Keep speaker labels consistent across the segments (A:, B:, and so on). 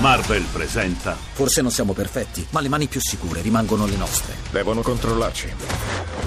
A: Marvel presenta
B: Forse non siamo perfetti, ma le mani più sicure rimangono le nostre.
C: Devono controllarci.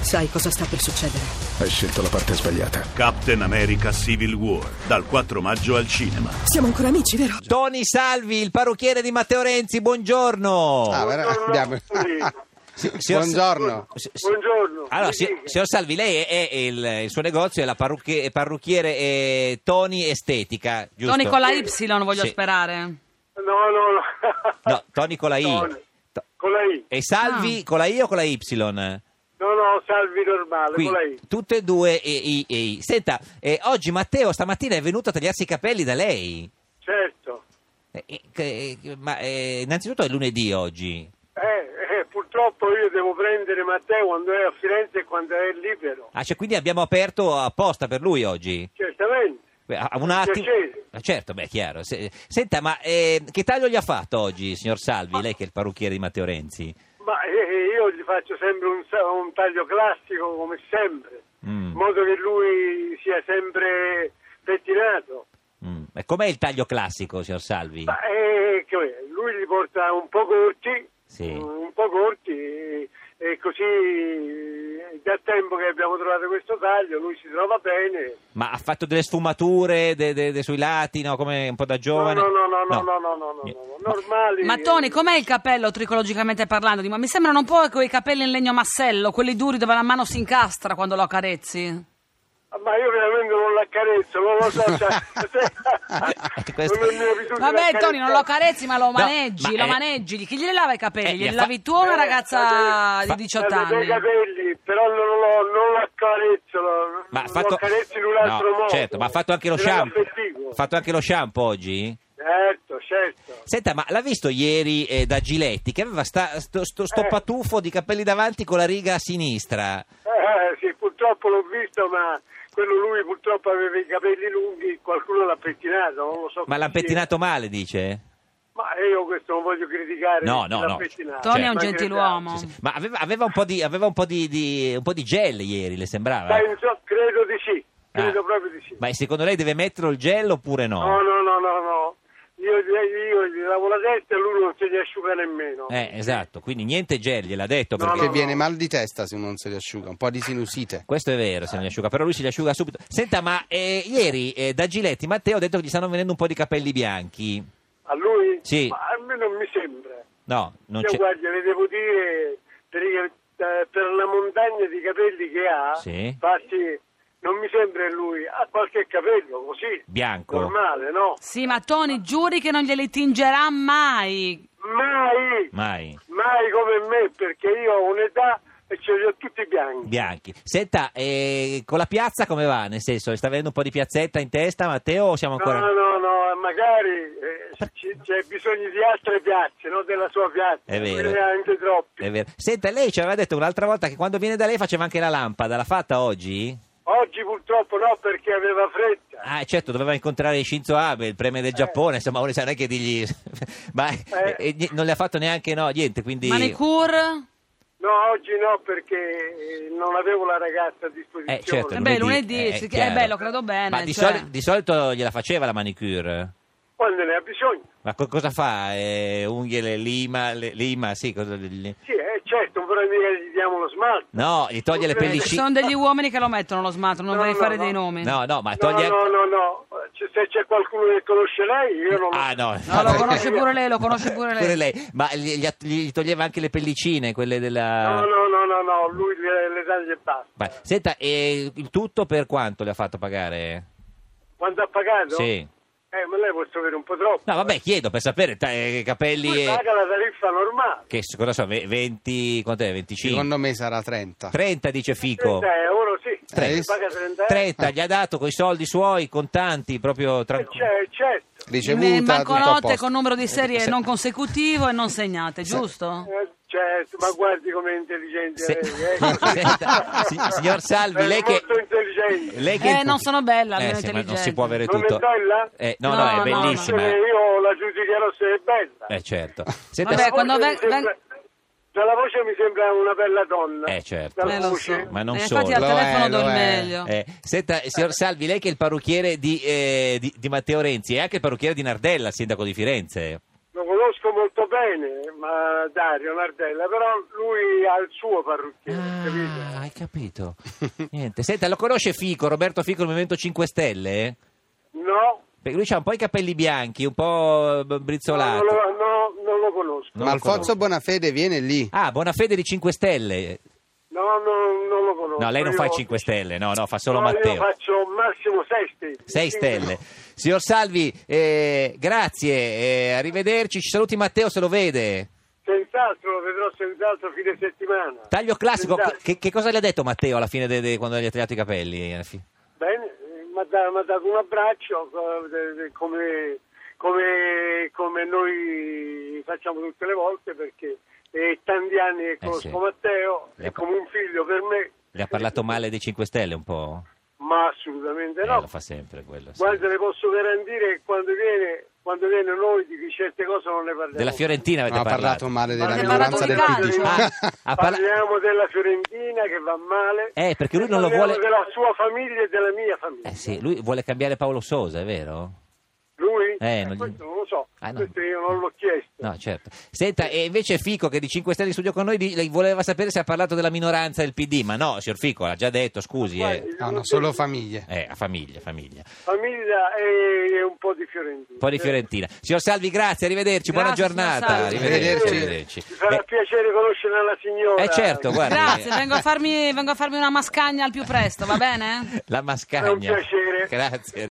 D: Sai cosa sta per succedere?
C: Hai scelto la parte sbagliata.
A: Captain America Civil War dal 4 maggio al cinema.
D: Siamo ancora amici, vero?
E: Tony Salvi, il parrucchiere di Matteo Renzi, buongiorno.
F: Ah, vera- abbiamo-
E: Si- signor-
F: Buongiorno.
E: si- si-
G: Buongiorno.
E: Allora,
G: Mi
E: si-
G: dica.
E: signor Salvi, lei è, è il, il suo negozio è la parrucchi- parrucchiere eh, Tony Estetica, giusto?
H: Tony con la Y, voglio
E: Sì.
H: sperare.
G: No, no, no.
E: No, Tony con la I.
G: Tony.
E: To-
G: Con la I.
E: E Salvi
H: Ah.
E: con la I o con la Y?
G: No, no, salvi normale,
E: Qui,
G: con la I.
E: tutte e due e, I e I. Senta, eh, oggi Matteo stamattina è venuto a tagliarsi i capelli da lei.
G: Certo.
E: Eh, eh, che- eh, ma eh, innanzitutto è lunedì oggi.
G: Eh, eh, purtroppo io devo prendere Matteo quando è a Firenze e quando è libero.
E: Ah, cioè, quindi abbiamo aperto apposta per lui oggi.
G: Certamente.
E: Beh, a- un attimo.
G: piacere.
E: Ah, Certo, beh, chiaro. Se- Senta, ma eh, che taglio gli ha fatto oggi, signor Salvi? Lei che è il parrucchiere di Matteo Renzi.
G: Ma eh, io gli faccio sempre un, sa- un taglio classico, come sempre,
E: Mm,
G: in modo che lui sia sempre pettinato.
E: mm. E com'è il taglio classico, signor Salvi?
G: Ma eh, che vuoi, lui li porta un po' corti,
E: Sì.
G: un po' corti, e, e così eh, da tempo che abbiamo trovato questo taglio, lui si trova bene.
E: Ma ha fatto delle sfumature de- de- de- sui lati, no? Come un po' da giovane?
G: No, no, no, no, no, no, no, no, no, no, normali.
H: Ma Tony, com'è il capello tricologicamente parlando? Dico, Mi sembrano un po' quei capelli in legno massello, quelli duri dove la mano si incastra quando lo accarezzi.
G: Ah, Ma io veramente non l'accarezzo, non lo so. Cioè, se-
E: Questo-
G: non ho mia abitudine
H: Vabbè,
G: a
H: Tony, non lo carezzi, ma lo
E: No,
H: maneggi,
E: ma
H: lo
E: è-
H: maneggi. Chi glieli lava i
E: Eh,
H: capelli?
E: gli ha
H: Glieli
E: fa-
H: lavi tu o una
G: Eh,
H: ragazza
E: fa- Eh,
H: di
G: Cioè,
H: 18
G: dei
H: anni?
G: capelli, però non lo, non lo accarezzo, lo-
E: Ma ha
G: lo
E: fatto...
G: accarezzo in un altro
E: no,
G: modo.
E: certo, ma ha fatto anche lo
G: In un
E: shampoo.
G: affettivo.
E: Ha fatto anche lo shampoo oggi?
G: Certo, certo.
E: Senta, ma l'ha visto ieri eh, da Giletti che aveva sta, sto, sto, sto
G: Eh.
E: patufo di capelli davanti con la riga a sinistra?
G: Eh, sì, purtroppo l'ho visto, ma quello lui purtroppo aveva i capelli lunghi, qualcuno l'ha pettinato, non lo so.
E: Ma
G: chi
E: l'ha
G: sia.
E: pettinato male, dice?
G: Ma io questo non voglio criticare.
E: No,
G: chi
E: no,
G: l'ha
E: no.
G: pettinato.
H: Tony è un
G: Ma che
H: gentiluomo.
G: Mm.
E: Sì, sì. Ma aveva, aveva un po' di aveva un po' di, di- un po' di gel ieri, le
G: dà.
E: sembrava.
G: Penso, credo di sì, credo
E: Ah.
G: proprio di sì.
E: Ma secondo lei deve mettere il gel oppure no?
G: No, no, no, no, no. Io, io gli lavo la testa e lui non se li asciuga nemmeno.
E: Eh, esatto, quindi niente gel, gliel'ha detto
G: No,
E: perché
G: no,
F: Che viene mal di testa se non se li asciuga, un po' di sinusite.
E: questo è vero, se non li asciuga, però lui si li asciuga subito. Senta, ma eh, ieri eh, da Giletti Matteo ha detto che gli stanno venendo un po' di capelli bianchi.
G: A lui?
E: Sì.
G: Ma a me non mi sembra.
E: No, non
G: io
E: c'è.
G: guarda, le devo dire, per, i- eh, per la montagna di capelli che ha,
E: Sì.
G: infatti non mi sembra che lui, ha qualche capello così.
E: Bianco.
G: Normale, no?
H: Sì, ma Tony, giuri che non glieli tingerà mai.
G: Mai,
E: Mai.
G: mai come me, perché io ho un'età e ce li ho tutti bianchi.
E: Bianchi. Senta, eh, con la piazza come va? Nel senso, le sta venendo un po' di piazzetta in testa, Matteo? O siamo ancora.
G: No, no, no, magari eh, ci- c'è bisogno di altre piazze, non della sua piazza.
E: È vero.
G: Ne ha anche troppi.
E: È vero. Senta, lei ci aveva detto un'altra volta che quando viene da lei faceva anche la lampada, l'ha fatta oggi?
G: Oggi purtroppo no, perché aveva fretta.
E: Ah, certo, doveva incontrare Shinzo Abe, il premier del Giappone, insomma, ora sai non è che digli... Ma
G: Eh.
E: e- e non le ha fatto neanche, no, niente, quindi...
H: Manicure?
G: No, oggi no, perché eh, non avevo la ragazza a disposizione.
E: Eh, certo,
H: Eh beh, lunedì, sì, che- eh,
E: chiaro.
H: beh, lo credo bene,
E: Ma di,
H: cioè.
E: soli- di solito gliela faceva la manicure?
G: Quando ne ha bisogno.
E: Ma co- cosa fa? Eh, unghie, le lima, le- lima, sì, cosa... le-
G: Sì, eh, certo, però mica gli diamo lo smalto.
E: No, gli toglie le
G: Eh,
H: Ci
E: pellicine...
H: sono degli uomini che lo mettono lo smalto, non
G: No,
H: vorrei
G: no,
H: fare
G: no.
H: dei nomi.
E: No, no, ma
G: No,
E: toglie...
G: no, no, no. C- Se c'è qualcuno che conosce lei, io non Eh. lo
E: Ah, no.
H: No, lo
E: Vabbè.
H: conosce pure lei, lo conosce pure
E: Pure
H: lei.
E: lei. Ma gli, gli- gli toglieva anche le pellicine, quelle della...
G: No, no, no, no, no, lui le, le taglia e basta.
E: Ma- Senta, e il tutto per quanto le ha fatto pagare?
G: Quanto ha pagato?
E: Sì.
G: Eh, ma lei può sapere un po' troppo.
E: No, vabbè, chiedo per sapere, ta- eh, capelli
G: Lui
E: e...
G: paga la tariffa normale.
E: Che s- cosa so, ve- 20... Quant'è? 25?
F: Secondo me sarà 30.
E: 30 dice Fico.
G: 30 euro, sì.
F: Tre-
G: Si Paga 30 euro.
E: 30, gli ha dato coi soldi suoi, contanti, proprio
G: Eh,
E: tranquillo.
G: c'è- certo.
H: Le
F: Ricevuta, tutto a
H: banconote
F: posto.
H: Eh, con numero di serie
F: Se-
H: non consecutivo e non segnate, giusto?
G: Eh, certo, ma guardi com'è intelligente
E: Se-
G: lei. eh.
E: Senta, si- signor Salvi,
G: È
E: lei che...
G: molto intelligente.
E: Lei che...
H: Eh, non sono bella, almeno
E: eh, sì, ma non si
H: intelligente.
E: può avere
G: Non è
E: tutto.
G: bella?
E: Eh, no, no,
H: No,
E: è
H: no,
E: bellissima.
G: Eh, Io la giudicherò se è bella.
E: Eh, certo. Senta,
H: Vabbè,
G: Dalla
H: quando
G: voce
H: ve-
G: mi sembra- Dalla voce mi sembra una bella donna.
E: Eh, certo.
G: Dalla
H: Eh, lo
G: voce.
H: so.
E: Ma non
H: Eh,
E: solo.
H: Infatti al
F: Lo è,
H: telefono do
F: lo
H: il
F: è.
H: meglio.
E: Eh, senta, signor Salvi, lei che è il parrucchiere di, eh, di- di Matteo Renzi e anche il parrucchiere di Nardella, sindaco di Firenze.
G: lo conosco molto bene, ma Dario Nardella, però lui ha il suo parrucchiere,
E: Ah,
H: ecco.
G: capito?
E: hai capito. Niente. Senta, lo conosce Fico, Roberto Fico del Movimento 5 Stelle?
G: No,
E: Perché lui ha un po' i capelli bianchi, un po' b-
G: non
E: brizzolati.
G: lo, no, non lo conosco.
E: Non lo
F: Ma Alfonso Bonafede viene lì.
E: Ah, Bonafede di 5 Stelle.
G: No, no, non lo conosco.
E: No, lei non fa
G: Io-
E: 5 Stelle, no, no, fa solo
G: no, Io
E: Matteo.
G: faccio massimo 6 stelle.
E: 6
G: Sì.
E: Stelle. Signor Salvi, eh, grazie, eh, arrivederci. Ci saluti Matteo se lo vede.
G: Senz'altro, lo vedrò senz'altro fine settimana.
E: Taglio classico,
H: Esatto.
G: Senz'altro.
E: che, che cosa le ha detto Matteo alla fine de- de- quando gli ha tagliato i capelli? alla fine?
G: Bene, eh, mi ha da- mi ha dato un abbraccio eh, de- de- come, come- come noi facciamo tutte le volte perché è tanti anni che conosco
E: Eh sì.
G: Matteo,
E: Le ha-
G: è come un figlio per me.
E: Le ha parlato male dei 5 Stelle un po'?
G: Ma assolutamente
E: Eh,
G: no.
E: lo fa sempre quello. sì.
G: Guarda, le posso garantire che quando viene, quando viene noi di certe cose non ne parliamo.
H: eh,
E: Della Fiorentina avete
F: Non ha
E: parlato.
F: parlato male della
H: Ma ne
F: minoranza del
H: parlato di cioè.
F: PD.
H: calcio.
E: Ah, ha parla-
G: Parliamo della Fiorentina che va male.
E: Eh, perché lui
G: e
E: non lo
G: parliamo
E: vuole-
G: della sua famiglia e della mia famiglia.
E: Eh sì, lui vuole cambiare Paolo Sosa, è vero?
G: Lui?
E: Eh, non gli-
G: Questo non lo so,
E: Ah, no.
G: questo io non l'ho chiesto.
E: No, certo. Senta, e invece Fico che è di 5 Stelle in studio con noi di- lei voleva sapere se ha parlato della minoranza del PD, ma no, signor Fico, l'ha già detto, scusi. Eh,
G: Guardi,
F: No, no, solo famiglie.
E: eh, a famiglia, famiglia.
G: Famiglia e, e un po' di Fiorentina.
E: Un po' di Fiorentina. Signor Salvi, grazie, arrivederci, buona
H: Grazie, signor
E: giornata.
H: Salvi.
G: Eh,
E: Arrivederci.
F: Arrivederci.
G: Mi farà
E: Beh,
G: piacere conoscere la signora.
E: eh certo, guardi.
H: Grazie, vengo a, farmi, vengo a farmi una mascagna al più presto, va bene?
E: La
G: È un
E: mascagna.
G: piacere.
E: Grazie.